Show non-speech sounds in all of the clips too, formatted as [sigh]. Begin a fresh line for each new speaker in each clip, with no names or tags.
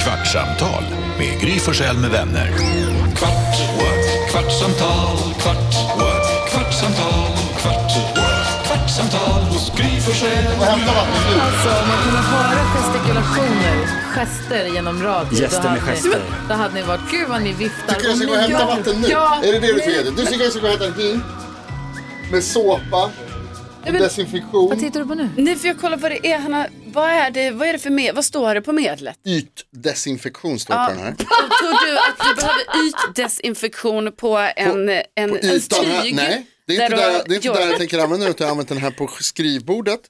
Kvartsamtal med Gry Forssell med vänner. Kvart, what? kvartsamtal, kvart, what? kvartsamtal, kvart, what? kvartsamtal hos Gry Forssell.
Alltså, om man kunde höra gestikulationer, gester genom radio.
Gäster
då
med
hade ni-
gester.
Då hade ni varit, gud vad ni viftar.
Tycker du jag
Och
ska
ni
gå och hämta
gör-
vatten nu?
Ja,
Är det det du ska
nej.
göra? Du tycker jag ska gå och hämta en hink med såpa och
Nej, men-
Vad
desinfektion.
tittar du på nu?
Nej, för jag kollar vad det är, Hanna. Vad är det, vad är det för med, vad står det på medlet?
Ytdesinfektion står på den här.
Och Tror du att du behöver ytdesinfektion på en, en,
På
en
ytan här.
tyg?
Nej, det är inte
du
där,
har
det är inte
yoghurt?
där jag tänker använda den utan jag har använt den här på skrivbordet.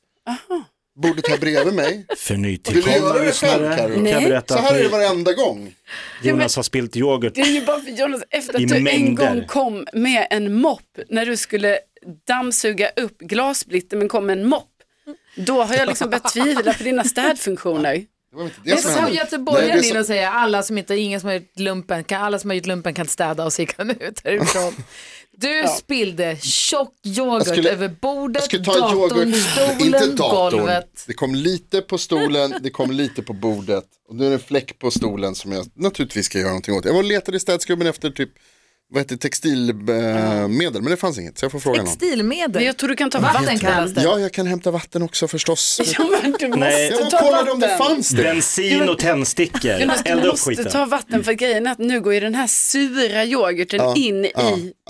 Bordet här bredvid mig.
För
Vill du göra
nytillkomna
det själv,
lyssnare
Karo?
kan jag
Nej.
berätta
Så här är det
att
varenda gång.
Jonas har spilt yoghurt.
Det är ju bara för Jonas, efter
I
att du en
mängder.
gång kom med en mopp när du skulle dammsuga upp glasblitter men kom med en mopp. Då har jag liksom börjat tvivla på dina städfunktioner.
Det var inte
Det är
det som
som
hände. Nej,
göteborgaren
det är
in
så-
och säger, alla som, inte, ingen som har gjort lumpen, kan, alla som har gjort lumpen kan städa och så gick han ut
[laughs]
härifrån. Du spillde tjock yoghurt
Jag skulle-
över bordet,
Jag skulle ta
datorn,
yoghurt, inte
stolen,
datorn.
golvet.
Det kom lite på stolen, det kom lite på bordet. Och nu är det en fläck på stolen som jag naturligtvis ska göra någonting åt. Jag var och letade i städskrubben efter typ, vad heter det, textilmedel, men det fanns inget. Så jag får fråga någon.
Textilmedel.
Men jag tror du kan ta
Vatten
vatten.
kallas det.
Ja, jag kan hämta vatten också förstås.
[laughs] Ja, men du måste
Nej.
Jag var och
ta
kollade om det
vatten.
fanns det.
Bensin och tändstickor.
Jonas, du
Elda upp
måste ta
skiten.
vatten för grejen är att nu går ju den här sura yoghurten in
Ja,
i
ja.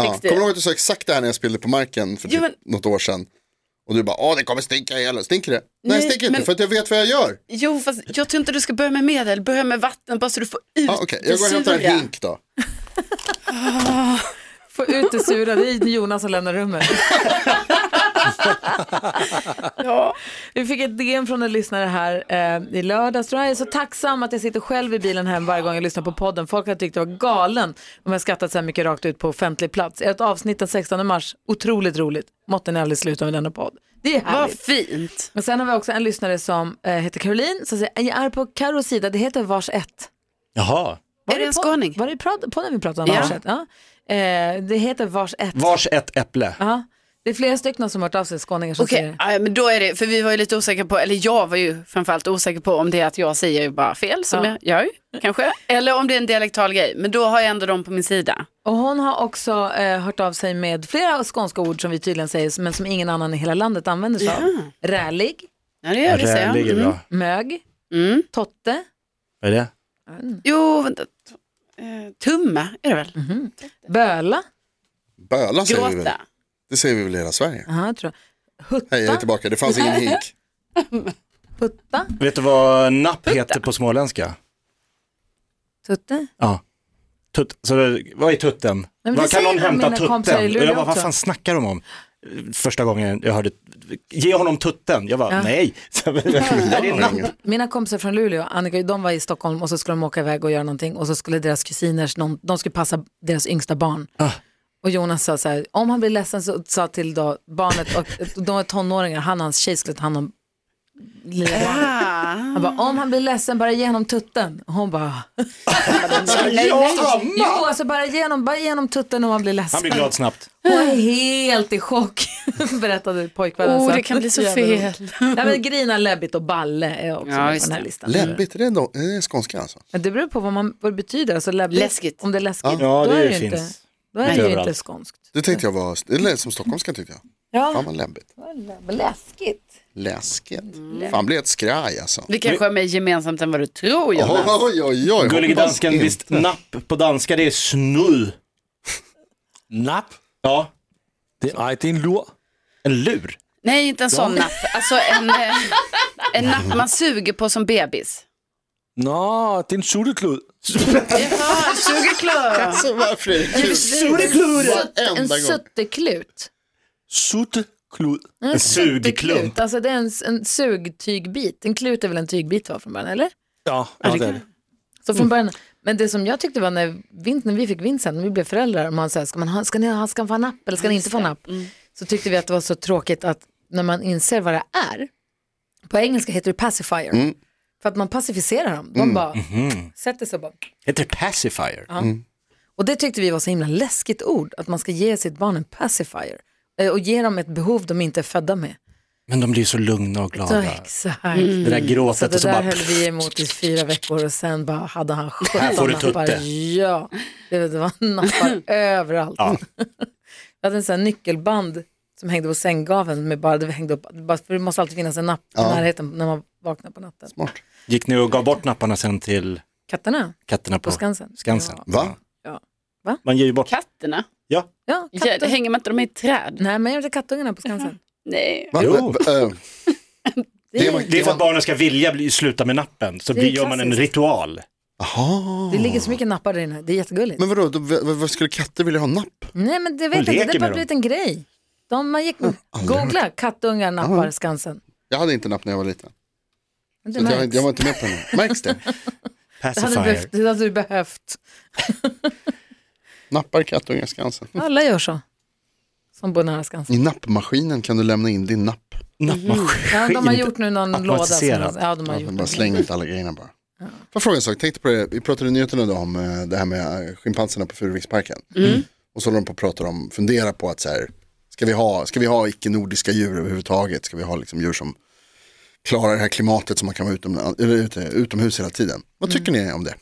Kommer
textil.
du ihåg att du sa exakt det här när jag spillde på marken för typ
Jo, men-
något år sedan? Och du bara, åh det kommer stinka ihjäl oss." Stinker det? Nej,
Nej,
det stinker inte
men-
för att jag vet vad jag gör.
Jo, fast jag tror inte du ska börja med medel, börja med vatten bara så du får ut
Ja, Okej, jag går och hämtar en hink då.
Få ut det sura, det är Jonas som lämnar rummet.
Ja.
Vi fick ett DM från en lyssnare här eh, i lördags. Jag är så tacksam att jag sitter själv i bilen hem varje gång jag lyssnar på podden. Folk har tyckt jag var galen om jag skrattat så här mycket rakt ut på offentlig plats. Ett avsnitt den 16 mars, otroligt roligt. Måtte ni aldrig sluta med denna podd. Det är
Vad
härligt.
fint.
Och sen har vi också en lyssnare som eh, heter Caroline som säger jag är på Karos sida, det heter Vars ett.
Jaha,
är det en
på-
skåning?
Var det i prad- podden vi pratade om
Ja.
Vars ett? Ja. Eh, det heter Vars ett.
vars ett äpple.
Ja. Det är flera stycken som har hört av sig, skåningar som
Okej,
säger
ja, ja, men då är det, för vi var ju lite osäkra på, eller jag var ju framförallt osäker på om det är att jag säger bara fel som
Ja.
jag gör ju, kanske. Eller om det är en dialektal grej, men då har jag ändå dem på min sida.
Och hon har också eh, hört av sig med flera skånska ord som vi tydligen säger men som ingen annan i hela landet använder sig av. Rälig,
Ja, det gör det, säger jag.
Rälig är
Mm.
bra.
mög,
Mm.
totte.
Vad är det?
Jo, vänta. T- eh, Tumma är det väl?
Böla,
Böla säger vi väl.
Gråta.
Det säger vi väl i hela Sverige.
Aha, jag tror jag.
Hej, jag är
hutta,
tillbaka. Det fanns ingen hink.
putta,
Vet du vad napp heter på småländska?
tutte.
Ja. Tut, så det, vad är tutten?
men det
Vad kan
säger
någon
mina
hämta
kompisar i
tutten?
Luleå
Och jag bara, vad
också.
fan snackar de om? Första gången jag hörde, ge honom tutten. Jag bara, nej. [laughs] Så, det är napp.
Mina kompisar från Luleå, Annika, de var i Stockholm och så skulle de åka iväg och göra någonting och så skulle deras kusiners, någon, de skulle passa deras yngsta barn. Och Jonas sa så här, om han blir ledsen så sa till då barnet, och, de var tonåringar, han och hans tjej skulle ta hand om lilla barnet.
Ah.
Han bara, om han blir ledsen, bara ge honom tutten. Och hon bara,
Ja,
jo alltså bara ge honom, bara ge honom tutten om han blir ledsen.
Han blir glad snabbt.
Hon är helt i chock, [laughs] berättade pojkvännen.
Oh,
sen.
det kan bli så
Jävla
fel.
roligt. Nej, men grina, läbbigt och balle är också
Ja,
med på
just
den här
det.
listan.
Läbbigt, är det ändå- är det skånska alltså?
Men det beror på vad, man, vad det betyder. Alltså, läbbigt,
Läskigt.
Om det är läskigt,
Ja,
då är
det
det ju
finns.
inte, då är det ju inte
Överallt.
skånskt.
Det tänkte jag var, det lät som stockholmska tyckte jag. Fan
Ja,
vad läbbigt.
läskigt.
Läskigt. Fan blir jag ett skraj alltså.
Vi kanske har mer gemensamt än vad du tror
Oj,
Jonas.
oj, oj, oj.
Gullige
Hoppas
dansken,
inte.
visst napp på danska det är snu.
Napp?
Ja,
Det, nej, det är en lur.
en lur.
Nej, inte en sån napp. Alltså en, eh, en napp man suger på som bebis.
Nå, Ah, det är en sutteklud.
Jaha, sugerklö.
Alltså varför är det kul?
En
Varenda gång.
sutteklut.
Sutteklud.
En
Sutteklut,
sugklump.
Alltså det är en, en sugtygbit. En klut är väl en tygbit va, från början, eller?
Ja, ja det är det.
Så från början, men det som jag tyckte var när, Vin- när vi fick Vincent, när vi blev föräldrar, man sa, ska, man ha, ska, ni, ha- ska han få en napp eller ska ni inte få en napp?
Mm.
Så tyckte vi att det var så tråkigt att när man inser vad det är, på engelska heter det pacifier, för att man pacificerar dem. De bara sätter sig och bara,
Heter det pacifier?
och det tyckte vi var så himla läskigt ord, att man ska ge sitt barn en pacifier eh, och ge dem ett behov de inte är födda med.
Men de blir så lugna och glada.
Så, exakt.
Det där
Mm. Så
gråtet
det
Mm. och så
där
bara...
höll vi emot i fyra veckor och sen bara hade han 17
[laughs] Här får du tutte.
Ja, det det var
[laughs]
nappar överallt. [laughs]
Ja.
Jag hade en sån här nyckelband som hängde på sänggaveln med bara, det hängde upp, bara, för det måste alltid finnas en napp i
Ja.
närheten när man vaknar på natten.
Smart.
Gick ni och gav bort napparna sen till
Katterna
katterna på,
på Skansen.
Skansen?
Va?
Ja.
Va?
Man ger ju bort.
Katterna?
Ja,
Ja, ja
Ja, det hänger man inte dem i ett träd?
Nej, men jag vet kattungarna på Skansen.
Nej.
Va?
Jo.
Va? Va? eh,
Det,
Det
är,
är
det är för att barnen ska vilja bli, sluta med nappen, så
Det är
blir, gör man en
klassiskt.
ritual.
Jaha.
det ligger så mycket nappar där inne, det är jättegulligt.
Men vadå, då, v- v- vad skulle katter vilja ha napp?
Nej, men det
Man
vet jag inte,
leker
det har bara
med
blivit en grej. De, man gick,
Mm.
googla kattungar nappar Skansen.
Jag hade inte napp när jag var liten.
Men
Så
det
att jag,
märks.
jag var inte med på det. Märks det?
Det hade, du
Pacifier.
behövt, det hade du behövt.
Nappar kattungar Skansen.
Alla gör så. Som bor nära Skansen.
alltså. I nappmaskinen kan du lämna in din napp.
Nappmaskin.
Mm. Ja, de har gjort nu någon låda. Som,
Automatiserad.
ja, de har
Ja,
gjort
bara
det.
släng ut alla grejerna bara. Får jag fråga en sak? Tänkte på det, vi pratade i nyheterna idag om eh, det här med eh, schimpanserna på Furuviksparken.
Mm.
Och så håller de på och pratar om, fundera på att så här, ska vi ha, ska vi ha icke-nordiska djur överhuvudtaget? Ska vi ha liksom djur som klarar det här klimatet som man kan vara utom, eller ute, utomhus hela tiden? Vad tycker
Mm.
ni om det?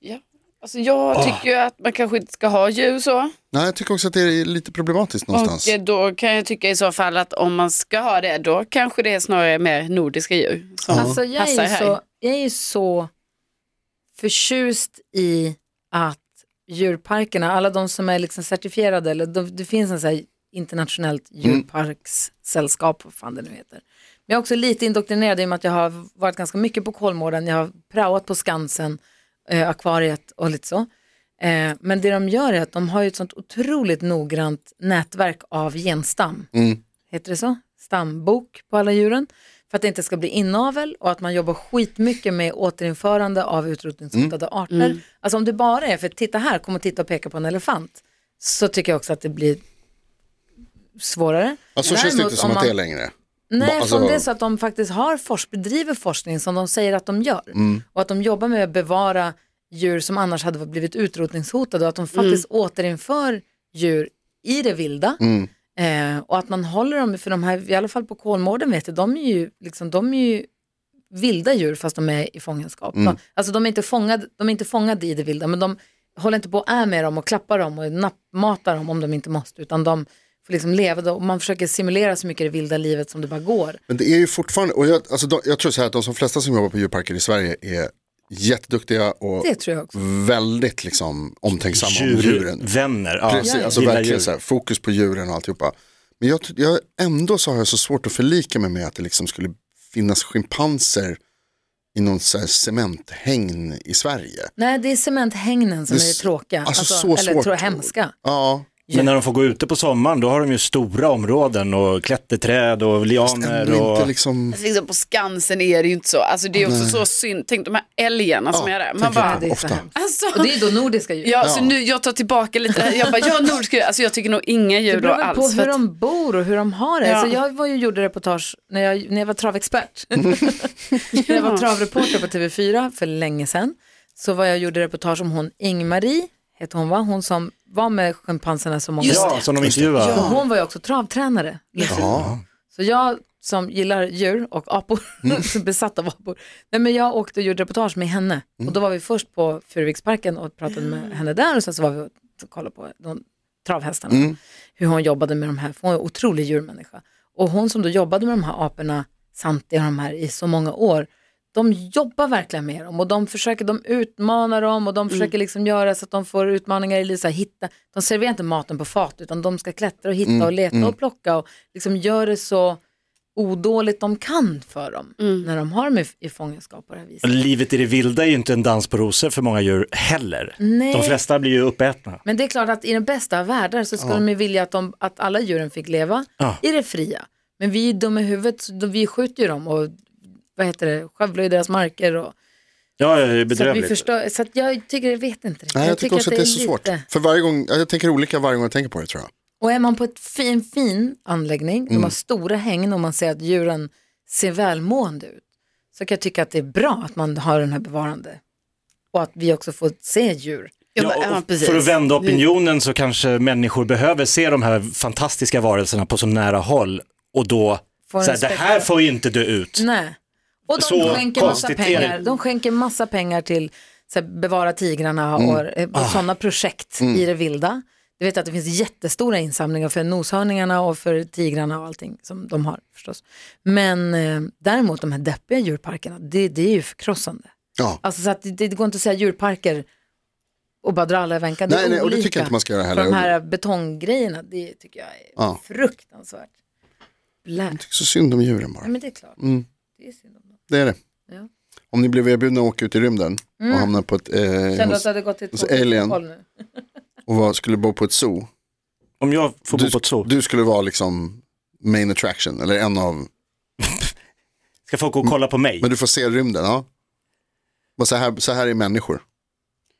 Ja. Alltså, jag
Ah.
tycker ju att man kanske inte ska ha djur så.
Nej, jag tycker också att det är lite problematiskt någonstans.
Och eh, då kan jag tycka i så fall att om man ska ha det, då kanske det är snarare mer nordiska djur. Som
Alltså, jag, är
Passar
ju
här.
så, jag är ju så förtjust i att djurparkerna, alla de som är liksom certifierade, eller de, det finns en så här internationellt djurparkssällskap, vad fan det nu heter. Men jag är också lite indoktrinerad i och med att jag har varit ganska mycket på Kolmården, jag har praoat på Skansen, eh, akvariet och lite så. Eh, men det de gör är att de har ju ett sånt otroligt noggrant nätverk av genstam
Mm.
heter det så? Stambok på alla djuren. För att det inte ska bli inavel och att man jobbar skitmycket med återinförande av utrotningshotade
Mm.
arter. Alltså om det bara är för att titta här, kom och titta och peka på en elefant. Så tycker jag också att det blir svårare.
Ja, Alltså, så känns det
Däremot
inte som
om
att det är
man-
längre.
Nej,
Ba-
alltså, om det är så att de faktiskt har forsk, bedriver forskning som de säger att de gör och att de jobbar med att bevara djur som annars hade blivit utrotningshotade och att de faktiskt återinför djur i det vilda eh, och att man håller dem, för de här, i alla fall på Kolmården vet jag, de är ju, liksom, de är ju vilda djur fast de är i fångenskap.
Mm.
De, alltså de är, inte fångade, de är inte fångade i det vilda men de håller inte på och är med dem och klappar dem och nappmatar dem om de inte måste utan de får liksom leva då. och man försöker simulera så mycket det vilda livet som det bara går.
Men det är ju fortfarande, och jag, alltså, de, jag tror så här att de som flesta som jobbar på djurparker i Sverige är jätteduktiga och
Det tror jag också.
väldigt liksom omtänksamma om djuren.
Djurvänner. Ja.
Precis, alltså
Gillar
verkligen
djur.
så här, fokus på djuren och alltihopa. Men jag, jag, ändå så har jag så svårt att förlika mig med att det liksom skulle finnas schimpanser i någon så här cementhägn i Sverige.
Nej, det är cementhägnen som
Det
är
är
det
så-
tråkiga.
alltså, så
Eller
svårt.
tror jag hemska.
Ja,
Men när de får gå ute på sommaren, då har de ju stora områden och klätterträd och lianer
ändå
och...
inte liksom,
Alltså, liksom på Skansen är det ju inte så. Alltså, det är också så synd. Tänk de här älgarna som är där. Man
tänker
bara,
på.
Det är så
Ofta.
hemskt.
alltså,
Och det är ju då nordiska djur.
ja, Så nu, jag tar tillbaka lite. här. Jag bara, ja, nordiska djur. Alltså, jag tycker nog inga
Det
djur då
beror väl
alls.
på
för
hur
att-
de bor och hur de har det.
Ja.
Alltså jag var ju gjorde reportage när jag, när jag var
[laughs]
travexpert. när jag var travreporter på TV4 för länge sedan. Så var jag och gjorde reportage om hon Ingmarie, hette hon va? Hon som var med schimpanserna så många år.
Ja, som de intervjuar.
Och Hon var ju också travtränare. Lucy. Så jag som gillar djur och apor, som är [laughs] besatt av apor, nej, men jag åkte och gjorde reportage med henne. Och då var vi först på Furuviksparken och pratade med henne där och sen så var vi och kollade på de travhästarna. Hur hon jobbade med de här, för hon är en otrolig djurmänniska. Och hon som då jobbade med de här aporna, Santi och de här i så många år, de jobbar verkligen med dem och de försöker, de utmanar dem och de försöker liksom göra så att de får utmaningar i livet, så här, hitta, de serverar inte maten på fat utan de ska klättra och hitta och leta och plocka och liksom gör det så odåligt de kan för dem när de har dem i, i fångenskap på det här viset.
Livet i det vilda är ju inte en dans på rosor för många djur heller.
Nej.
De flesta blir ju uppätna.
Men det är klart att i den bästa av världar så skulle de ju vilja att, de, att alla djuren fick leva
Ja.
i det fria. Men vi är ju dumma i huvudet, så då- vi skjuter ju dem och vad heter det, skövlar ju deras marker. Och,
Ja, det är
så att vi
bedrövligt.
förstör, så att jag tycker, jag vet inte riktigt.
nej, jag, tycker också att det är så svårt.
lite-
För varje gång, ja, jag tänker olika varje gång jag tänker på det tror jag.
Och är man på ett fin, fin anläggning, de
Mm.
har stora hägn och man ser att djuren ser välmående ut, så kan jag tycka att det är bra att man har den här bevarande. Och att vi också får se djur.
Ja,
Ja,
men- ja,
och
precis.
för att vända opinionen så kanske människor behöver se de här fantastiska varelserna på så nära håll Och då,
Får en
så här, det här
spektakulär-
får ju inte du ut.
Nej. Och de
Så
skänker massa
konstigt är det.
pengar. De skänker massa pengar till så här, bevara tigrarna
Mm.
och eh,
Ah.
sådana projekt i det vilda. Du vet att det finns jättestora insamlingar för noshörningarna och för tigrarna och allting som de har förstås. Men eh, däremot de här deppiga djurparkerna, det, det är ju förkrossande.
Ja.
Alltså så att det, det går inte att säga djurparker och bara dra alla över en kam.
Nej,
är
nej, och det
olika.
tycker jag inte man ska göra
För
heller.
De här betonggrejerna, det tycker jag är
Ja.
fruktansvärt. Blä.
Så synd om djuren
Ja,
bara.
men det är klart.
Mm.
Det är synd om dem.
Det är det.
Ja.
Om ni blev erbjudna att åka ut i rymden och hamna på ett... Eh,
Kände att
hos,
du hade gått till
hos
ett tråkigt
Alien.
håll nu.
och var, skulle bo på ett zoo.
Om jag får
Du,
bo på ett zoo,
du skulle vara liksom main attraction, eller en av...
ska folk gå och kolla på mig?
Men du får se rymden, ja. Och så, här, så här är människor.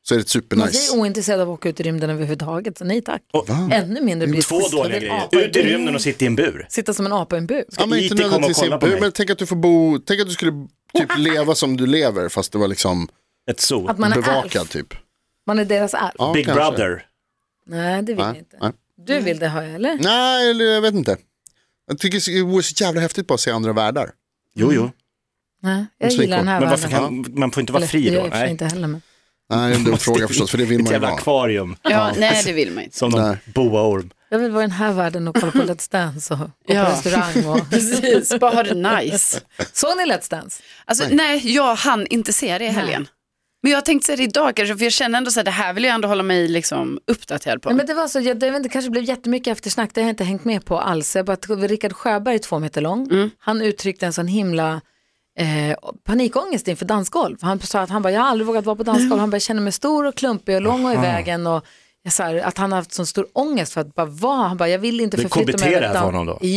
Så är det
Man
supernice.
är ointresserad av att åka ut i rymden överhuvudtaget, så nej tack.
Och,
Ännu mindre blir
två dåliga grejer, ut i rymden och sitta i en bur.
Sitta som en apa i en bur.
Ja, men
IT
inte
kommer och
nödvändigtvis i
kolla
en
på
bur,
mig.
men tänk att du får bo, tänk att du skulle typ leva som du lever fast det var liksom
Ett zoo,
Att man är
bevakad
alf.
typ.
Man är deras alf.
Ja,
Big
kanske.
Brother.
Nej, det vill jag
Nej,
inte.
nej.
Du vill det, hör jag, eller?
Nej, eller jag vet inte. Jag tycker det vore så jävla häftigt bara att se andra världar.
Jo, jo.
Nej, jag
Inte så
gillar den här
Men varför
världen.
kan, man får inte vara
Eller,
fri
det gör
då?
jag i och för sig
Nej.
inte heller, men.
Nej, det är en dum fråga
Ett-
förstås, för det vill
Ett
man ju
jävla
vara.
akvarium
Ja, nej det vill man inte.
som någon
Nej.
boaorm.
Jag vill vara i den här världen och kolla på Let's Dance och gå
Ja.
på restaurang.
[laughs]
Och...
[laughs] Precis, bara ha det nice.
Såg ni Let's Dance?
Alltså, nej. jag hann inte se det i helgen. Men jag tänkte se det idag kanske, för jag känner ändå så här, det här vill jag ändå hålla mig liksom, uppdaterad på.
Nej, men det var så, jag, det, jag vet inte, kanske blev jättemycket eftersnack, det har jag inte hängt med på alls. Jag bara, tog- Rickard Sjöberg är två meter lång,
Mm.
han uttryckte en sån himla eh, panikångest inför dansgolv. Han sa att han bara, jag har aldrig vågat vara på dansgolv, han bara, jag känner mig stor och klumpig och lång och i vägen. Och, jag sa att han har haft sån stor ångest för att bara vara, han bara, jag vill inte
Det
förflytta mig.
KBT
över
det här för
dan-
honom då? Hm.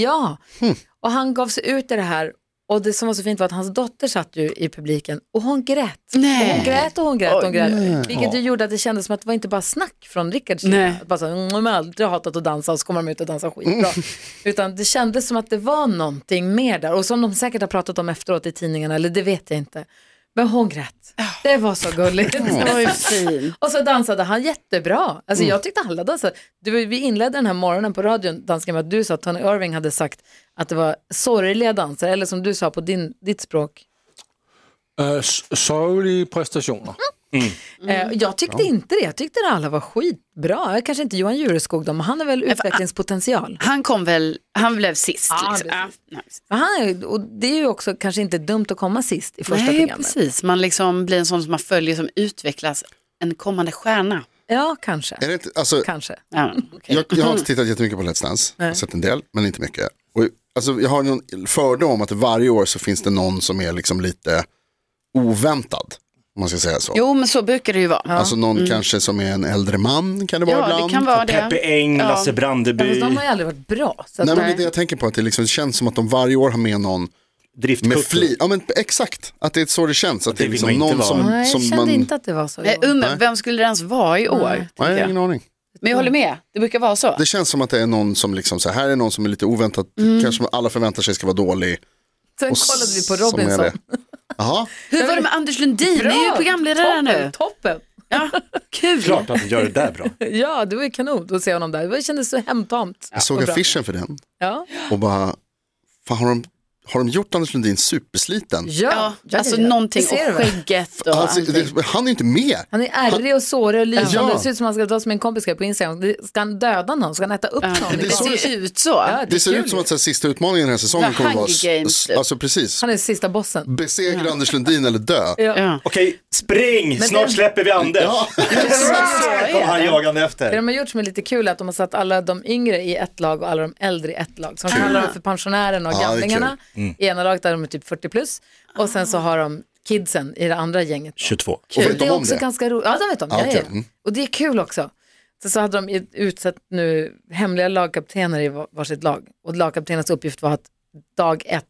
Ja, och han gav sig ut i det här. Och det som var så fint var att hans dotter satt ju i publiken och hon grät.
Nej.
Och hon grät och hon grät och hon
Oj.
grät. Vilket ju gjorde att det kändes som att det var inte bara snack från Rickards sida.
Nej.
Att bara så, här, "Mm, de har aldrig hatat att dansa och så kommer de ut och dansar skitbra. Utan det kändes som att det var någonting mer där. Och som de säkert har pratat om efteråt i tidningarna, eller det vet jag inte. Men hon grät. Det var så gulligt.
Oj, fin.
[laughs] Och så dansade han jättebra. Alltså jag tyckte alla dansade. Du, vi inledde den här morgonen på radion, dansken, med att du sa att Tony Irving hade sagt att det var sorgliga danser, eller som du sa på din, ditt språk.
Uh, Sorgliga prestationer.
Eh, jag tyckte inte det, jag tyckte att alla var skitbra. Kanske inte Johan Jureskog då, men han har väl utvecklingspotential.
Han kom väl, han blev sist.
Ja,
liksom. ja,
precis.
nej.
Men han är, och det är ju också kanske inte dumt att komma sist i första
Nej,
programmet.
precis. Man liksom blir en sån som man följer som utvecklas en kommande stjärna.
Ja, kanske.
Är det inte, alltså,
Kanske.
Ja, [laughs] okej.
jag, jag har
Mm.
inte tittat jättemycket på Let's Dance, jag har sett en del, men inte mycket. Och, alltså, jag har någon fördom om att varje år så finns det någon som är liksom lite oväntad, om man ska säga så.
Jo, men så brukar det ju vara.
Alltså någon
Mm.
kanske som är en äldre man kan det vara
Ja,
ibland.
det kan vara det.
Peppe Eng, Lasse
Ja, fast
Brandeby,
de har ju aldrig varit bra. Så att,
Nej, men det
Nej.
är det jag tänker på, att det liksom känns som att de varje år har med någon med
Driftkutter.
fli. Ja men exakt, att det är så det känns. Att det, är
vill
liksom
man
någon
inte vara.
som,
nej, jag
som
kände
man...
inte att det var så.
Jag
Johan.
undrar, um, vem skulle det ens vara i år? tänker
Nej, jag har
jag.
ingen aning.
Men jag håller med, det brukar vara så.
Det känns som att det är någon som liksom, så här är någon som är lite oväntat, kanske alla förväntar sig ska vara dålig.
Sen
Och
Mm. kollade vi på
som är
Robinson.
det.
[laughs]
Jaha,
Hur var det med Anders Lundin? Ni är ju programledare
toppen,
nu.
Toppen! [laughs]
Ja, kul.
Klart att du gör det där
[laughs]
bra.
Ja, det var ju kanon att se honom där. Det kändes så hemtamt.
jag såg
Och bra.
affischen för den
Ja. Ja.
och bara, fan har de, har de gjort Anders Lundin supersliten?
Ja, alltså
ja, ja.
någonting
Det ser du
och
väl?
skägget och
Han,
allting.
det, han är ju inte med.
Han är ärrig och sårig och lysande.
Ja.
Det ser ut som han ska dra som en kompis skrev på Instagram. Det- Ska han döda någon? Ska han äta upp någon?
Det
så-
ser ju ut så.
Ja,
Det ser
kul
ut som
ju.
att så här, sista utmaningen den här säsongen
The
kommer att vara,
Hunger Games,
s-
typ.
alltså precis,
Han är sista bossen.
besegra Anders Lundin eller
[laughs]
dö.
Ja.
Okej, spring! Snart
det-
släpper vi Anders. [laughs] Kom han jagande
Det
efter.
de har gjort som är lite kul är att de har satt alla de yngre i ett lag och alla de äldre i ett lag. Så de kallar dem för pensionärerna och
Ja, det är Mm.
gamlingarna. I ena laget där de är typ 40 plus. Och sen så har de kidsen i det andra gänget.
22.
Och
Och
vet
det
de
är
om
också
det?
ganska roligt. Ja, de vet om.
Ah,
ja, ja,
okej.
ja.
Mm.
Och det är kul också. Så, så hade de ju utsett nu hemliga lagkaptener i var- varsitt lag. Och lagkaptenens uppgift var att dag ett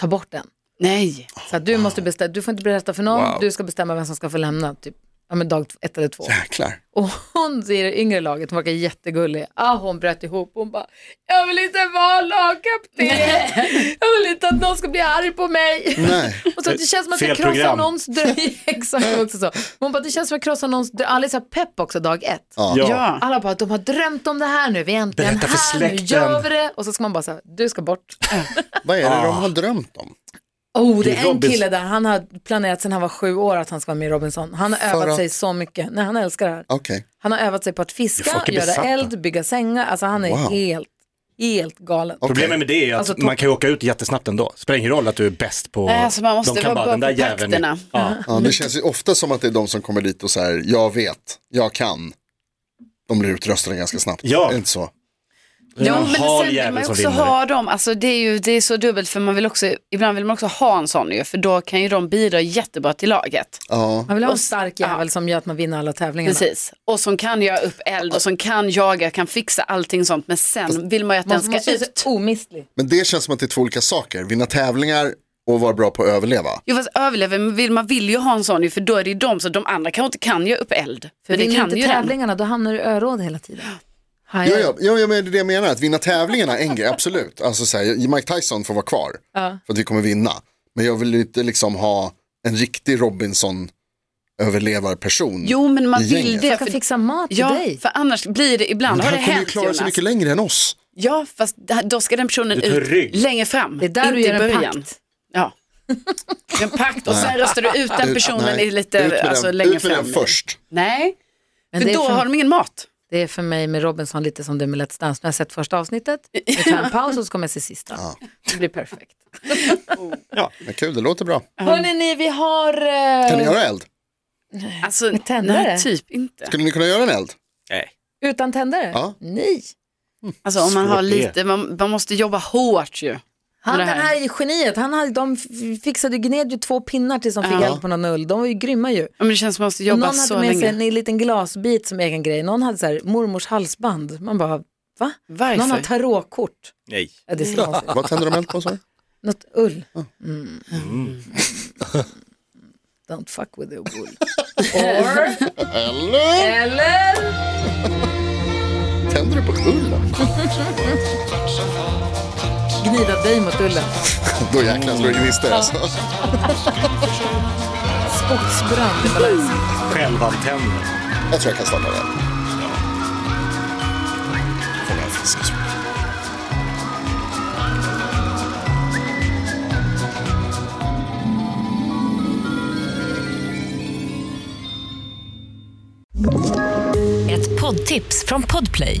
ta bort den.
Nej,
Så att du, måste bestämma, du får inte berätta för någon, du ska bestämma vem som ska få lämna. Typ. Ja, men dag t- ett eller två.
Jäklar.
Och hon i det yngre laget, hon verkar jättegullig. Ah, hon bröt ihop. Hon bara, jag [laughs] vill inte vara lagkapten. Jag vill inte att någon ska bli arg på mig.
Nej.
Och också att det känns som att det
Fel
krossar
program.
någons dröm. [laughs] Exakt också så. Hon bara, det känns som att det krossar någons dröm. Alla är så här pepp också dag ett.
Ja.
Alla bara, de har drömt om det här nu, vi är äntligen
Berätta för
här, nu
släkten.
gör vi det. Och så ska man bara säga, du ska bort.
Vad är det de har drömt om?
Oh, det
Det är
är en
Robinson.
kille där, han har planerat sedan han var sju år att han ska vara med i Robinson. Han har övat
att-
sig så mycket. Nej, han älskar det här.
Okej.
Han har övat sig på att fiska,
folk är
göra
besatta.
eld, bygga sängar. Alltså han är
Wow.
helt, helt galen.
Okej.
Problemet med det är att
Alltså, topp-
man kan ju åka ut jättesnabbt ändå. Spelar ingen roll att du är bäst på...
Nej, alltså, man måste
de kan
vara
bara,
bra
den där
på
jäveln är-
takterna.
Ja.
Ja, det känns ju ofta som att det är de som kommer dit och så här, jag vet, jag kan. De blir utröstade ganska snabbt.
Ja.
Är det inte så?
Ja, men
hal
sen vill man
jävel
ju
som
också
vinner.
ha dem, alltså det är ju det är så dubbelt för man vill också, ibland vill man också ha en sån ju, för då kan ju de bidra jättebra till laget.
Ja.
Man vill ha en stark jävel som gör att man vinner alla tävlingarna.
Precis, och som kan göra upp eld och som kan jaga, kan fixa allting sånt, men sen vill man ju att
Man
den
måste
ska
vara
ut.
så omistlig.
Men det känns som att det är två olika saker. Vinna tävlingar och vara bra på att överleva.
Jo fast överlever, men vill, man vill ju ha en sån ju, för då är det ju de, så de andra kanske inte kan göra upp eld. För det
Vinner
kan
inte
ju den.
tävlingarna, då hamnar du i öråd hela tiden. Hajar.
Ja, ja, ja, ja men det är det jag menar, att vinna tävlingarna är en grej, absolut. Alltså så här, Mike Tyson får vara kvar för att vi kommer vinna. Men jag vill ju inte liksom ha en riktig Robinson-överlevarperson.
Jo men man
i
vill
gänget.
det.
Jag ska
För,
fixa mat till
ja,
dig.
för annars blir det, ibland har det
Han kommer ju
hänt
klara
Jonas.
sig mycket längre än oss.
Ja fast då ska den personen
Du tar
ut
rygg.
längre fram,
Det är där
inte
du gör
i
en
början.
pakt. [laughs]
Ja. En pakt och sen röstar du ut den
Ut-
personen
nej,
i
ut med
lite alltså,
den,
längre
ut med
fram.
den först.
Nej,
Men
för
det är
då
för-
har de ingen mat.
Det är för mig med Robinson lite som det är med Let's Dance. Jag har sett första avsnittet,
[laughs]
jag tar en paus och så kommer jag se sista. Det blir perfekt.
Men kul, det låter bra.
Ehm.
Hörrni, ni, vi har... eh,
Kan ni göra eld?
Alltså,
tändare?
nej, typ inte.
Skulle ni kunna göra en eld?
Nej.
Utan tändare?
Ja.
Nej.
Alltså om man har
Svårt det.
lite, man, man måste jobba hårt ju.
Han
Det
den
här.
här geniet, han hade, de f- fixade ju, gned ju två pinnar tills de fick eld på någon ull. De var ju grymma ju.
Ja, Men det känns som man måste
Och
jobba
någon hade
så
med sig en
länge.
liten glasbit som egen grej. Någon hade så här, mormors halsband. Man bara, va?
Varför?
Någon har tarotkort.
Nej.
Ja, det är så konstigt.
Vad tänder de eld på? sa du?
Något ull. Mm. [laughs] Don't fuck with the wool. Or,
Eller?
eller?
Tänder du på ullen?
Gnida dig mot ullen.
Då jäklar slår det gnistor alltså.
Skogsbrand i balans.
Självantänder.
Jag tror jag kan starta den. Fånga en fisk.
Ett poddtips från Podplay.